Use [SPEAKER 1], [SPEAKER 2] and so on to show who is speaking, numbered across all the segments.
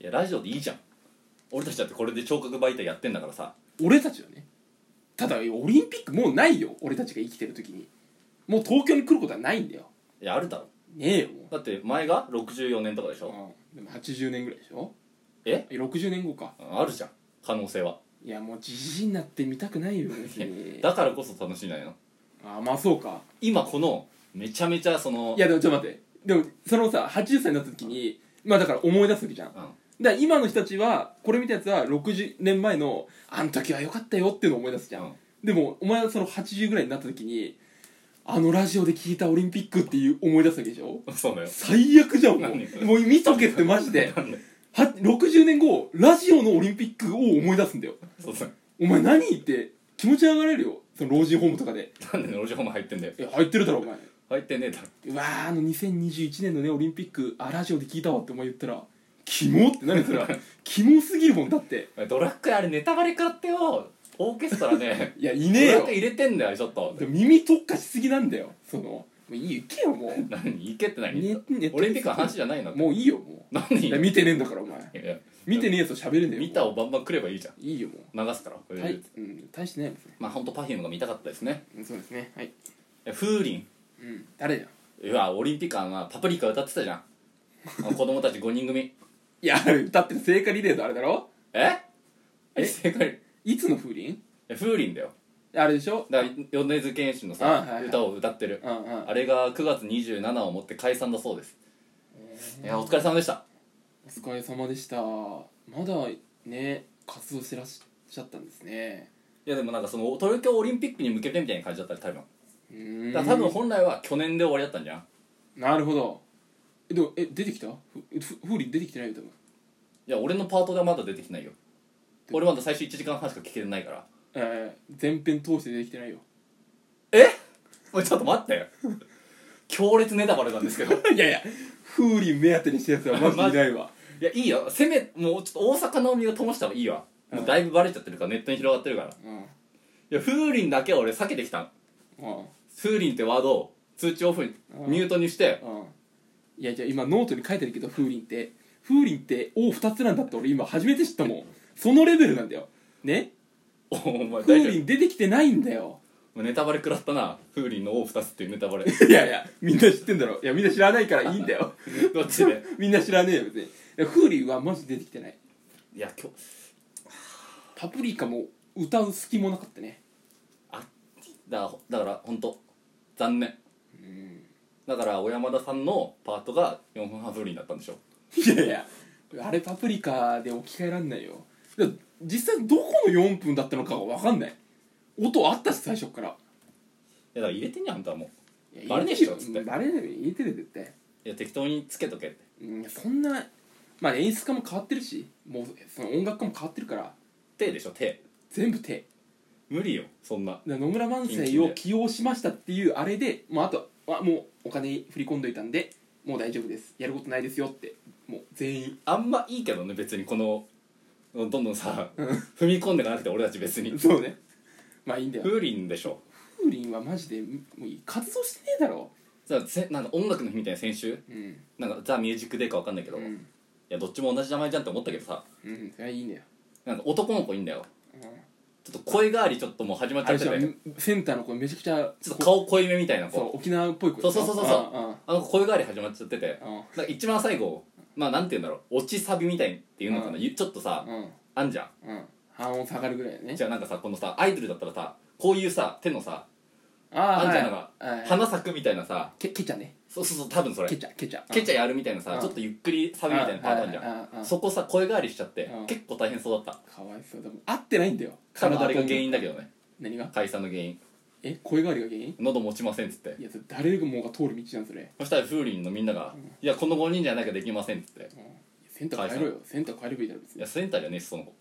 [SPEAKER 1] いやラジオでいいじゃん俺たちだってこれで聴覚媒体やってんだからさ
[SPEAKER 2] 俺たちはねただオリンピックもうないよ俺たちが生きてる時にもう東京に来ることはないんだよ
[SPEAKER 1] いやあるだろ
[SPEAKER 2] ねえよも
[SPEAKER 1] だって前が64年とかでしょ
[SPEAKER 2] う、うん、でも80年ぐらいでしょ
[SPEAKER 1] え
[SPEAKER 2] 60年後か
[SPEAKER 1] うんあるじゃん可能性はい
[SPEAKER 2] やもうじじいになって見たくな いよ別に
[SPEAKER 1] だからこそ楽しいんじゃないの
[SPEAKER 2] ああまあそうか
[SPEAKER 1] 今このめちゃめちゃその
[SPEAKER 2] いやでもちょっと待ってでもそのさ80歳になった時にまあだから思い出す時じゃん
[SPEAKER 1] うん
[SPEAKER 2] だから今の人たちはこれ見たやつは60年前のあの時は良かったよっていうのを思い出すじゃん、
[SPEAKER 1] うん
[SPEAKER 2] でもお前はその80ぐらいになった時にあのラジオで聞いたオリンピックっていう思い出すわけでしょ
[SPEAKER 1] そうだよ
[SPEAKER 2] 最悪じゃんも
[SPEAKER 1] 何
[SPEAKER 2] うもう見とけってマジで
[SPEAKER 1] なんで
[SPEAKER 2] は60年後ラジオのオリンピックを思い出すんだよ
[SPEAKER 1] そうそう
[SPEAKER 2] お前何言って気持ち上がれるよその老人ホームとかで
[SPEAKER 1] なんでね路上も入ってんだよ
[SPEAKER 2] え入ってるだろお前
[SPEAKER 1] 入ってねえだろ
[SPEAKER 2] うわーあの2021年のねオリンピックあラジオで聞いたわってお前言ったらキモって何 それキモすぎるもんだって
[SPEAKER 1] お前ドラッグあれネタバレ食らってよオーケストラね
[SPEAKER 2] いやい
[SPEAKER 1] ド
[SPEAKER 2] ねえ
[SPEAKER 1] ラッ
[SPEAKER 2] よ
[SPEAKER 1] グ入れてんだよちょっと
[SPEAKER 2] でも耳特化しすぎなんだよそのもういいよ行けよもう
[SPEAKER 1] 何いけって何
[SPEAKER 2] ねね
[SPEAKER 1] オリンピックの話じゃないの
[SPEAKER 2] もういいよも
[SPEAKER 1] 何
[SPEAKER 2] ういや見てねえんだからお前
[SPEAKER 1] いやいや
[SPEAKER 2] 見てねえやつと喋れねえよもう
[SPEAKER 1] 見たをバンバン食ればいいじゃん
[SPEAKER 2] いいよも
[SPEAKER 1] 流すからこ
[SPEAKER 2] う
[SPEAKER 1] れ
[SPEAKER 2] た
[SPEAKER 1] で
[SPEAKER 2] い、うん、大してないですね
[SPEAKER 1] まあ本当パフュームが見たかったですね
[SPEAKER 2] うんそうですねはい
[SPEAKER 1] え風鈴
[SPEAKER 2] うん誰じゃん
[SPEAKER 1] うわオリンピックはまあパプリカ歌ってたじゃんあの子供たち5人組
[SPEAKER 2] いやあれ歌ってる聖火リレーのあれだろ
[SPEAKER 1] ええ正解
[SPEAKER 2] いつの風鈴
[SPEAKER 1] え風鈴だよ
[SPEAKER 2] あれでしょ
[SPEAKER 1] だから米津玄師の
[SPEAKER 2] あ
[SPEAKER 1] さ
[SPEAKER 2] はいはい
[SPEAKER 1] 歌を歌ってる
[SPEAKER 2] うんうん
[SPEAKER 1] あれが9月27をもって解散だそうですいやお疲れ様でした
[SPEAKER 2] お疲れ様でしたまだね活動してらっしゃったんですね
[SPEAKER 1] いやでもなんかその東京オリンピックに向けてみたいな感じだったら多分
[SPEAKER 2] うーん
[SPEAKER 1] だから多分本来は去年で終わりだったんじゃん
[SPEAKER 2] なるほどえでもえ出てきたふふ風鈴出てきてないよ多分
[SPEAKER 1] いや俺のパートがまだ出てきてないよ俺まだ最初1時間半しか聞けてないから
[SPEAKER 2] えー、前編通して出てきてないよ
[SPEAKER 1] おいちょっと待ってよ 強烈ネタバレなんですけど
[SPEAKER 2] いやいや風鈴目当てにしたやつ はマジでいないわ
[SPEAKER 1] いやいいよせめもうちょっと大阪の海を灯した方がいいわもうだいぶバレちゃってるからネットに広がってるからい
[SPEAKER 2] うん
[SPEAKER 1] や風鈴だけは俺避けてきたの
[SPEAKER 2] うん
[SPEAKER 1] 風鈴ってワードを通知オフに
[SPEAKER 2] うん
[SPEAKER 1] ミュートにして
[SPEAKER 2] うんいやじゃあ今ノートに書いてるけど風鈴って風鈴って「お」2つなんだって俺今初めて知ったもんそのレベルなんだよね
[SPEAKER 1] おお前
[SPEAKER 2] 風
[SPEAKER 1] 大丈夫
[SPEAKER 2] 鈴出てきてないんだよ
[SPEAKER 1] もうネタバレ食らったな風鈴の「王二つ」っていうネタバレ
[SPEAKER 2] いやいや みんな知ってんだろいやみんな知らないからいいんだよ
[SPEAKER 1] どっちで
[SPEAKER 2] みんな知らねえよ別にいや風鈴はマジ出てきてない
[SPEAKER 1] いや今日
[SPEAKER 2] パプリカも歌う隙もなかったね
[SPEAKER 1] だからだから本当残念
[SPEAKER 2] うん
[SPEAKER 1] だから小山田さんのパートが4分半風鈴だったんでしょ
[SPEAKER 2] いやいやあれパプリカで置き換えらんないよだから実際どこの4分だったのかが分かんない音あったし最初っから
[SPEAKER 1] いやだから入れてんじゃんあんたはも
[SPEAKER 2] いや
[SPEAKER 1] バレねえっしょつって
[SPEAKER 2] バレないよ入れてる絶対
[SPEAKER 1] ういや適当につけとけって
[SPEAKER 2] うんそんなまあ演出家も変わってるしもうその音楽家も変わってるから
[SPEAKER 1] 手でしょ手
[SPEAKER 2] 全部手
[SPEAKER 1] 無理よそんな
[SPEAKER 2] だから野村萬
[SPEAKER 1] 近
[SPEAKER 2] 斎
[SPEAKER 1] 畿
[SPEAKER 2] を
[SPEAKER 1] で
[SPEAKER 2] 起用しましたっていうあれでもうあとはもうお金振り込んどいたんでもう大丈夫ですやることないですよってもう全員
[SPEAKER 1] あんまいいけどね別にこのどんどんさ踏み込んでかなくて俺たち別に
[SPEAKER 2] そうねまあいいんだよ
[SPEAKER 1] 風鈴でしょ
[SPEAKER 2] 風鈴はマジでもういい活動してねえだろ
[SPEAKER 1] させなんか音楽の日みたいな先週
[SPEAKER 2] うん
[SPEAKER 1] なんかザ・ミュージックデーかわかんないけど、
[SPEAKER 2] う
[SPEAKER 1] い
[SPEAKER 2] ん
[SPEAKER 1] やどっちも同じ名前じゃんって思ったけどさ
[SPEAKER 2] うんそれはいいんだよ、
[SPEAKER 1] なんか男の子いいんだよ
[SPEAKER 2] うん、
[SPEAKER 1] ちょっと声変わりちょっともう始まっち
[SPEAKER 2] あ
[SPEAKER 1] ゃっ
[SPEAKER 2] れ
[SPEAKER 1] て
[SPEAKER 2] じ
[SPEAKER 1] て
[SPEAKER 2] ゃんセンターの子めちゃくちゃ
[SPEAKER 1] ちょっと顔濃いめみたいな
[SPEAKER 2] そ
[SPEAKER 1] 子
[SPEAKER 2] う沖縄っぽい子でしょ
[SPEAKER 1] そうそうそうそうあの子声変わり始まっちゃってて
[SPEAKER 2] うんうん
[SPEAKER 1] なんか一番最後まあなんて言うんだろう落ちサビみたいっていうのかな、ゆちょっとさ、
[SPEAKER 2] うんうん
[SPEAKER 1] あんじゃん
[SPEAKER 2] うん半音下がるぐらいだね
[SPEAKER 1] じゃあなんかさこのさアイドルだったらさこういうさ手のさ
[SPEAKER 2] あ
[SPEAKER 1] あんじゃんなん
[SPEAKER 2] は
[SPEAKER 1] か
[SPEAKER 2] いはい
[SPEAKER 1] 花咲くみたいなさ
[SPEAKER 2] けケチャね
[SPEAKER 1] そうそうそう多分それ
[SPEAKER 2] ケチャケチャ
[SPEAKER 1] ケチャやるみたいなさ
[SPEAKER 2] うん
[SPEAKER 1] ちょっとゆっくりサビみたいなパートあるじ
[SPEAKER 2] うんうんうん
[SPEAKER 1] ゃ
[SPEAKER 2] うんん
[SPEAKER 1] そこさ声変わりしちゃって
[SPEAKER 2] うん
[SPEAKER 1] 結構大変そうだった
[SPEAKER 2] ャかわいそうでも合ってないんだよ
[SPEAKER 1] 多分あれが
[SPEAKER 2] 音
[SPEAKER 1] 原因だけどね
[SPEAKER 2] 何が
[SPEAKER 1] 解散の原因
[SPEAKER 2] え声変わりが原因
[SPEAKER 1] 喉持ちませんっつって
[SPEAKER 2] いやそれ誰もが通る道なんそれ
[SPEAKER 1] そしたら風鈴のみんなが「いやこの5人じゃなきゃできません」っつって
[SPEAKER 2] うんセンター変えろよセンター変えればいいだろ別
[SPEAKER 1] い
[SPEAKER 2] に
[SPEAKER 1] やセンターじゃねえしその子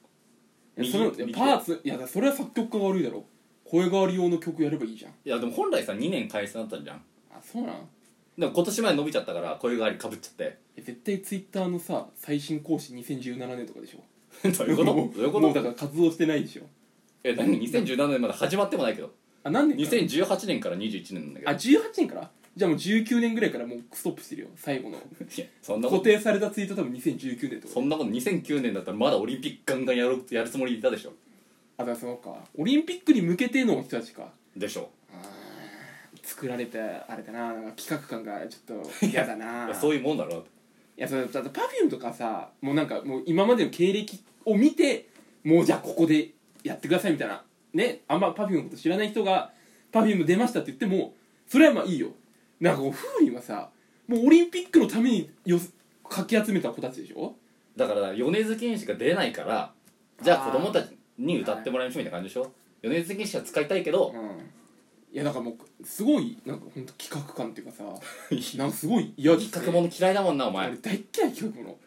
[SPEAKER 2] いやそのいや
[SPEAKER 1] 右
[SPEAKER 2] パーツいやだからそれは作曲家が悪いだろ声変わり用の曲やればいいじゃん
[SPEAKER 1] いやでも本来さ2年解散だったんじゃん
[SPEAKER 2] あそうなん
[SPEAKER 1] でも今年まで伸びちゃったから声変わりかぶっちゃって
[SPEAKER 2] え絶対ツイッターのさ最新更新2017年とかでしょ
[SPEAKER 1] どういうことどういうこ
[SPEAKER 2] もうだ
[SPEAKER 1] と
[SPEAKER 2] から活動してないでしょ
[SPEAKER 1] え何2017年まで始まってもないけど
[SPEAKER 2] あ何年から
[SPEAKER 1] 2018年から21年なんだけど
[SPEAKER 2] あ18年からじゃあもう19年ぐらいからもうストップしてるよ最後の
[SPEAKER 1] いやそんなこ
[SPEAKER 2] 固
[SPEAKER 1] と
[SPEAKER 2] 定されたツイート多分2019年と
[SPEAKER 1] そ
[SPEAKER 2] か
[SPEAKER 1] んなこと2009年だったらまだオリンピックガンガンやるやるつもりでいたでしょ
[SPEAKER 2] あとはそうかオリンピックに向けての人たちか
[SPEAKER 1] でしょ
[SPEAKER 2] 作られたあれだななんか企画感がちょっと嫌だ な
[SPEAKER 1] いやそう
[SPEAKER 2] い
[SPEAKER 1] いうもんだろ
[SPEAKER 2] やそれだってパフュームとかさもうなんかもう今までの経歴を見てもうじゃあここでやってくださいみたいなねあんまパフュームのこと知らない人がパフューム出ましたって言ってもそれはまあいいよなんかこう風鈴はさもうオリンピックのためによかき集めた子たちでしょ
[SPEAKER 1] だから米津玄師が出ないからじゃあ子供たちに歌ってもらいましょうみたいな感じでしょ、米津玄師は使いたいけど、
[SPEAKER 2] うんいやだからもうすごいなんか本当企画感っていうかさなんかすごい嫌ですね
[SPEAKER 1] 企画もの嫌いだもんなお前
[SPEAKER 2] 俺大っ嫌い企画もの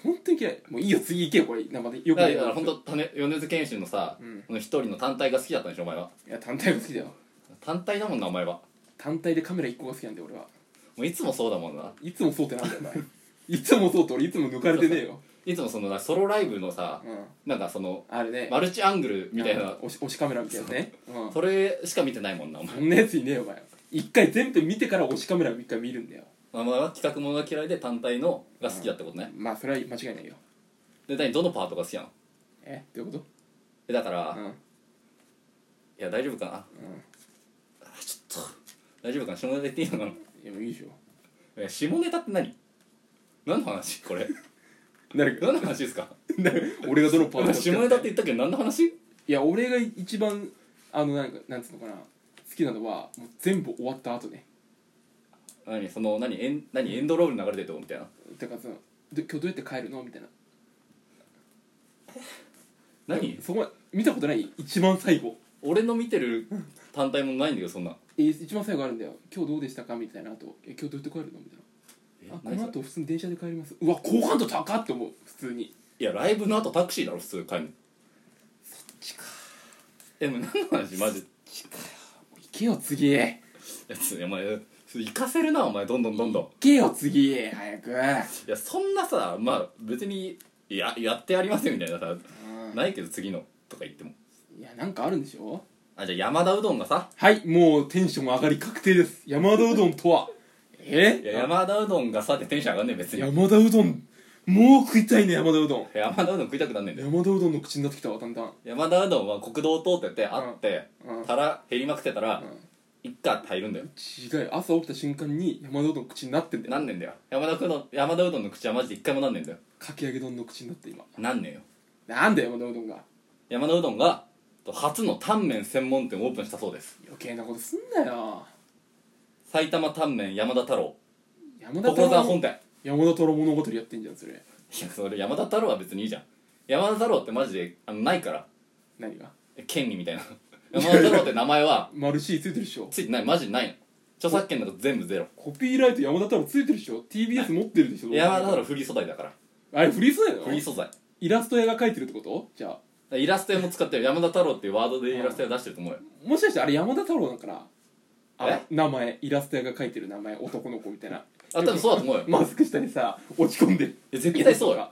[SPEAKER 2] 本当に嫌いもういいよ次行けよこれ生でよ
[SPEAKER 1] だか
[SPEAKER 2] くな
[SPEAKER 1] ら
[SPEAKER 2] い
[SPEAKER 1] だから本当たね米津玄師のさ、
[SPEAKER 2] うん
[SPEAKER 1] この一人の単体が好きだったんでしょお前はい
[SPEAKER 2] や単体が好きだよ
[SPEAKER 1] 単体だもんなお前は
[SPEAKER 2] 単体でカメラ1個が好きなんで俺は
[SPEAKER 1] もういつもそうだもんない
[SPEAKER 2] つもそうってなんだよお前いつもそうって俺いつも抜かれてねえよ、
[SPEAKER 1] いつもそのソロライブのさ
[SPEAKER 2] うん、
[SPEAKER 1] なんかその
[SPEAKER 2] あれね
[SPEAKER 1] マルチアングルみたい
[SPEAKER 2] うん
[SPEAKER 1] な
[SPEAKER 2] 押し押しカメラみたいなねうん
[SPEAKER 1] それしか見てないもんなお前
[SPEAKER 2] そんなやついねえよお前一回全部見てから押しカメラを一回見るんだよ
[SPEAKER 1] お前は企画ものが嫌いで単体のが好きだってことね
[SPEAKER 2] まあそれは間違いないよ
[SPEAKER 1] で何どのパートが好きなの
[SPEAKER 2] えどういうこ
[SPEAKER 1] えだから、
[SPEAKER 2] とう
[SPEAKER 1] い
[SPEAKER 2] ん
[SPEAKER 1] や大丈夫かな、あちょっと大丈夫かな下ネタ言っていいのかない
[SPEAKER 2] やもういいでしょ
[SPEAKER 1] え下ネタって何何の話これ
[SPEAKER 2] 誰か
[SPEAKER 1] 何の話ですか
[SPEAKER 2] 俺がどのパート
[SPEAKER 1] 今
[SPEAKER 2] だ
[SPEAKER 1] 下ネタって言ったけど何の話
[SPEAKER 2] いや俺が一番あのなんかなんつうのかな好きなのはもう全部終わった後ね
[SPEAKER 1] 何その何エン何エンドロール流れてるとこみたいな
[SPEAKER 2] だからそので今日どうやって帰るのみたいな
[SPEAKER 1] 何
[SPEAKER 2] そこは見たことない一番最後
[SPEAKER 1] 俺の見てる単体もないんだけどそんな
[SPEAKER 2] えー一番最後あるんだよ今日どうでしたかみたいなあとえ今日どうやって帰るのみたい
[SPEAKER 1] え
[SPEAKER 2] なあこ
[SPEAKER 1] 何
[SPEAKER 2] の
[SPEAKER 1] それ
[SPEAKER 2] 後普通に電車で帰りますうわ好感度高っって思う普通に
[SPEAKER 1] いやライブの後タクシーだろ普通帰るの
[SPEAKER 2] ちか
[SPEAKER 1] えもう何の話マジ
[SPEAKER 2] 行けよ次行
[SPEAKER 1] やつお前行かせるなお前どんどんどんどん
[SPEAKER 2] けよ次早く
[SPEAKER 1] いやそんなさまあ別にややってやりますよみたいなさ
[SPEAKER 2] うん
[SPEAKER 1] ないけど次のとか言っても
[SPEAKER 2] いやなんかあるんでしょ
[SPEAKER 1] あじゃあ山田うどんがさ
[SPEAKER 2] はいもうテンション上がり確定です山田うどんとはえ
[SPEAKER 1] いや山田うどんがさってテンション上がんねえ別に
[SPEAKER 2] 山田うどんもう食いたいね山田うどん
[SPEAKER 1] 山田うどん食いたくなんねえんだよ
[SPEAKER 2] 山田うどんの口になってきたわだんだん
[SPEAKER 1] 山田うどんは国道を通っててあって
[SPEAKER 2] うん
[SPEAKER 1] 腹減りまくってたら
[SPEAKER 2] う
[SPEAKER 1] 一家って入るんだよ
[SPEAKER 2] ん違う朝起きた瞬間に山田うどんの口になってんだよ
[SPEAKER 1] なんねんだよ山田うどん山田うどんの口はマジで一回もなんねんだよ
[SPEAKER 2] かき揚げ丼の口になって今
[SPEAKER 1] なんねんよ
[SPEAKER 2] なんだよ山田うどんが
[SPEAKER 1] 山田うどんがと初のタンメン専門店をオープンしたそうです
[SPEAKER 2] 余計なことすんなよ
[SPEAKER 1] 埼玉タンメン山田太郎
[SPEAKER 2] 山田
[SPEAKER 1] 所
[SPEAKER 2] 太
[SPEAKER 1] 沢
[SPEAKER 2] 郎
[SPEAKER 1] 本店
[SPEAKER 2] 山田太郎物語やってんじゃんそれ
[SPEAKER 1] いやそれ山田太郎は別にいいじゃん山田太郎ってマジであのないから
[SPEAKER 2] 何が
[SPEAKER 1] 権利みたいな山田太郎って名前は
[SPEAKER 2] マルシーついてるでしょ
[SPEAKER 1] ついてないマジでないの著作権なんか全部ゼロ
[SPEAKER 2] コピーライト山田太郎ついてるでしょ TBS 持ってるでしょ
[SPEAKER 1] 山田太郎フリー素材だから
[SPEAKER 2] あれフリー素材な
[SPEAKER 1] フリー
[SPEAKER 2] の
[SPEAKER 1] 素材
[SPEAKER 2] イラスト絵が描いてるってことじゃあ
[SPEAKER 1] イラスト絵も使ってる山田太郎っていうワードでイラスト絵を出してると思うよ
[SPEAKER 2] もしかしてあれ山田太郎なんかなあ名前イラスト絵が描いてる名前男の子みたいな
[SPEAKER 1] あ多分そうだと思うよ
[SPEAKER 2] マスク下にさ落ち込んで
[SPEAKER 1] いや絶対そうよ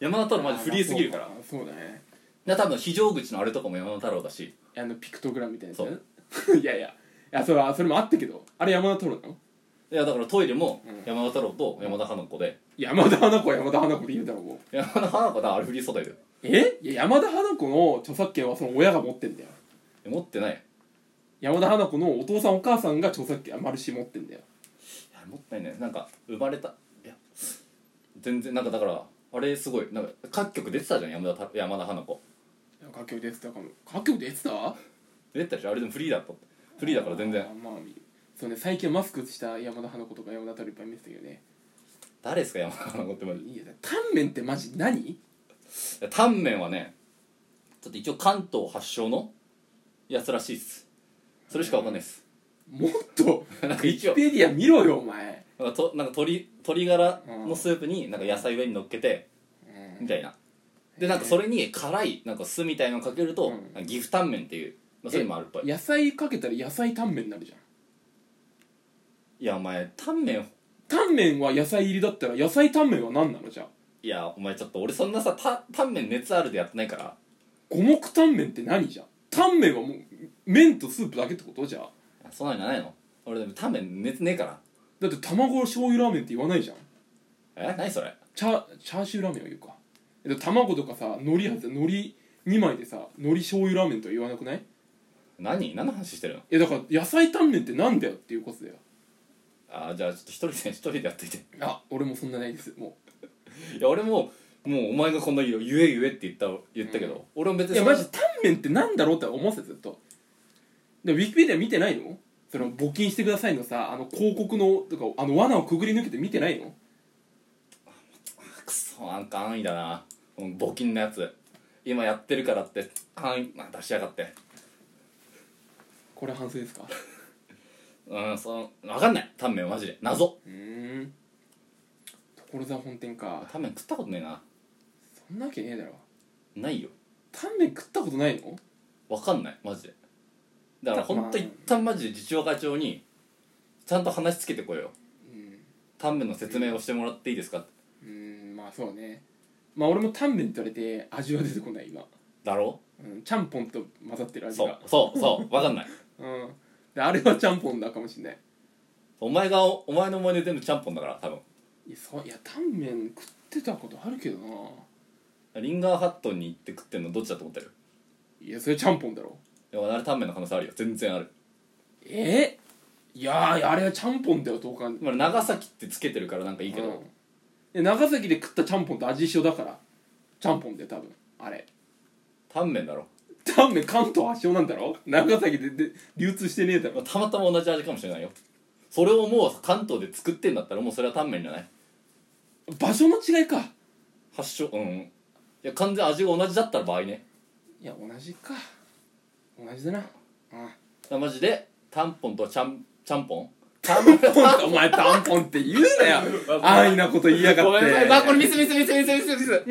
[SPEAKER 1] 山田太郎マジフリーすぎるから
[SPEAKER 2] あそうだね
[SPEAKER 1] で多分非常口のあれとかも山田太郎だし
[SPEAKER 2] あのピクトグラムみたいなやつ いやいやいやそれはそれもあったけどあれ山田太郎なの
[SPEAKER 1] いやだからトイレも
[SPEAKER 2] うん
[SPEAKER 1] 山田太郎と山田花子で
[SPEAKER 2] 山田花子は山田花子でいいだろもう
[SPEAKER 1] 山田花子だあれフリー素材だよ
[SPEAKER 2] えいや山田花子の著作権はその親が持ってんだよ
[SPEAKER 1] 持ってないい
[SPEAKER 2] 山田花子のお父さんお母さんが著作権あマルシー持ってんだよ
[SPEAKER 1] や持ってないねなんか生まれたいや全然なんかだからあれすごいなんか各局出てたじゃん山田太山田花子
[SPEAKER 2] 楽曲出てたかも楽曲出てた
[SPEAKER 1] 出てたでしょあれでもフリーだったフリーだから全然
[SPEAKER 2] あーまあそうね最近はマスクした山田花子とか山田太郎いっぱい見てたけどね
[SPEAKER 1] 誰ですか山田花子ってマジでい
[SPEAKER 2] いいやタンメンってマジ何
[SPEAKER 1] やタンメンはねちょっと一応関東発祥のやつらしいっすそれしかわかんないっす
[SPEAKER 2] もっと
[SPEAKER 1] なんか一応
[SPEAKER 2] ウィキペディア見ろよお前
[SPEAKER 1] なんかとなんか鶏鶏ガラのスープになんか野菜上に乗っけてみたいなでなんかそれに辛いなんか酢みたいのをかけると、
[SPEAKER 2] う
[SPEAKER 1] 岐阜タンメンっていう、まあ、そういうのもあるっぽい
[SPEAKER 2] 野菜かけたら野菜タンメンになるじゃん
[SPEAKER 1] いやお前タンメン
[SPEAKER 2] タンメンは野菜入りだったら野菜タンメンは何なのじゃあ
[SPEAKER 1] いやお前ちょっと俺そんなさタタンメン熱あるでやってないから
[SPEAKER 2] 五目タンメンって何じゃんタンメンはもう麺とスープだけってことじゃあ
[SPEAKER 1] そんなのじゃないの俺でもタンメン熱ねえから
[SPEAKER 2] だって卵醤油ラーメンって言わないじゃん
[SPEAKER 1] え何それ
[SPEAKER 2] チャチャーシューラーメンは言うかえっと卵とかさ海苔はず海苔2枚でさ海苔醤油ラーメンとは言わなくない
[SPEAKER 1] 何何の話してるの
[SPEAKER 2] えだから野菜タンメンってなんだよっていうことだよ
[SPEAKER 1] あーじゃあちょっと一人で一人でやっといて
[SPEAKER 2] あ俺もそんなないですも
[SPEAKER 1] いや俺ももうお前がこんな言う言え言えって言った言ったけど、俺も別
[SPEAKER 2] うい
[SPEAKER 1] に
[SPEAKER 2] や
[SPEAKER 1] そんな
[SPEAKER 2] マジタンメンってなんだろうって思ってたずっとでもウィキペディア見てないのその募金してくださいのさあの広告のとかあの罠をくぐり抜けて見てないの
[SPEAKER 1] くそなんか安易だなこの募金のやつ今やってるからって安易あ出しやがって
[SPEAKER 2] これ反省ですか
[SPEAKER 1] うんその分かんないタンメンマジで謎
[SPEAKER 2] うーん所沢本店か
[SPEAKER 1] タンメン食ったことねえな
[SPEAKER 2] そんなわけねえだろ
[SPEAKER 1] ないよ
[SPEAKER 2] タンメン食ったことないの
[SPEAKER 1] 分かんないマジでだから
[SPEAKER 2] た
[SPEAKER 1] ほんと一旦マジで自治課長にちゃんと話つけてこいよ
[SPEAKER 2] うん
[SPEAKER 1] タンメンの説明をしてもらっていいですかって
[SPEAKER 2] うーんまあそうねまあ俺もタンメンって言われて味は出てこない今、
[SPEAKER 1] だろ
[SPEAKER 2] うん、ちゃんぽんと混ざってる味
[SPEAKER 1] そう
[SPEAKER 2] が
[SPEAKER 1] そうそう分かんない
[SPEAKER 2] うんであれはちゃんぽんだかもしんない
[SPEAKER 1] お前がお前の思い出全部ちゃんぽんだから多分
[SPEAKER 2] いやそういやタンメン食ってたことあるけどな
[SPEAKER 1] リンガーハットンに行って食ってんのどっちだと思ってる
[SPEAKER 2] いやそれちゃんぽんだろ
[SPEAKER 1] いやあれタンメンの可能性あるよ全然ある
[SPEAKER 2] えー、いやーあれはちゃんぽんだよどうかん
[SPEAKER 1] まあ長崎ってつけてるからなんかいいけど、
[SPEAKER 2] うんで長崎で食ったちゃんぽんと味一緒だからちゃんぽんだよ多分あれ
[SPEAKER 1] タンメンだろ
[SPEAKER 2] タンメン関東発祥なんだろ長崎でで流通してねえだ
[SPEAKER 1] まあ
[SPEAKER 2] ろ
[SPEAKER 1] たまたま同じ味かもしれないよそれをもう関東で作ってんだったらもうそれはタンメンじゃない
[SPEAKER 2] 場所の違いか
[SPEAKER 1] 発祥うんうんいや完全に味が同じだったら場合ね
[SPEAKER 2] いや同じか同じだなあ
[SPEAKER 1] だからマジでタンポンとちゃんちゃんぽん
[SPEAKER 2] タンポンってお前タンポンって言うなよ安易なこと言いやが
[SPEAKER 1] ごめ
[SPEAKER 2] って
[SPEAKER 1] んなさいあこれミスミスミスミスミスミスミス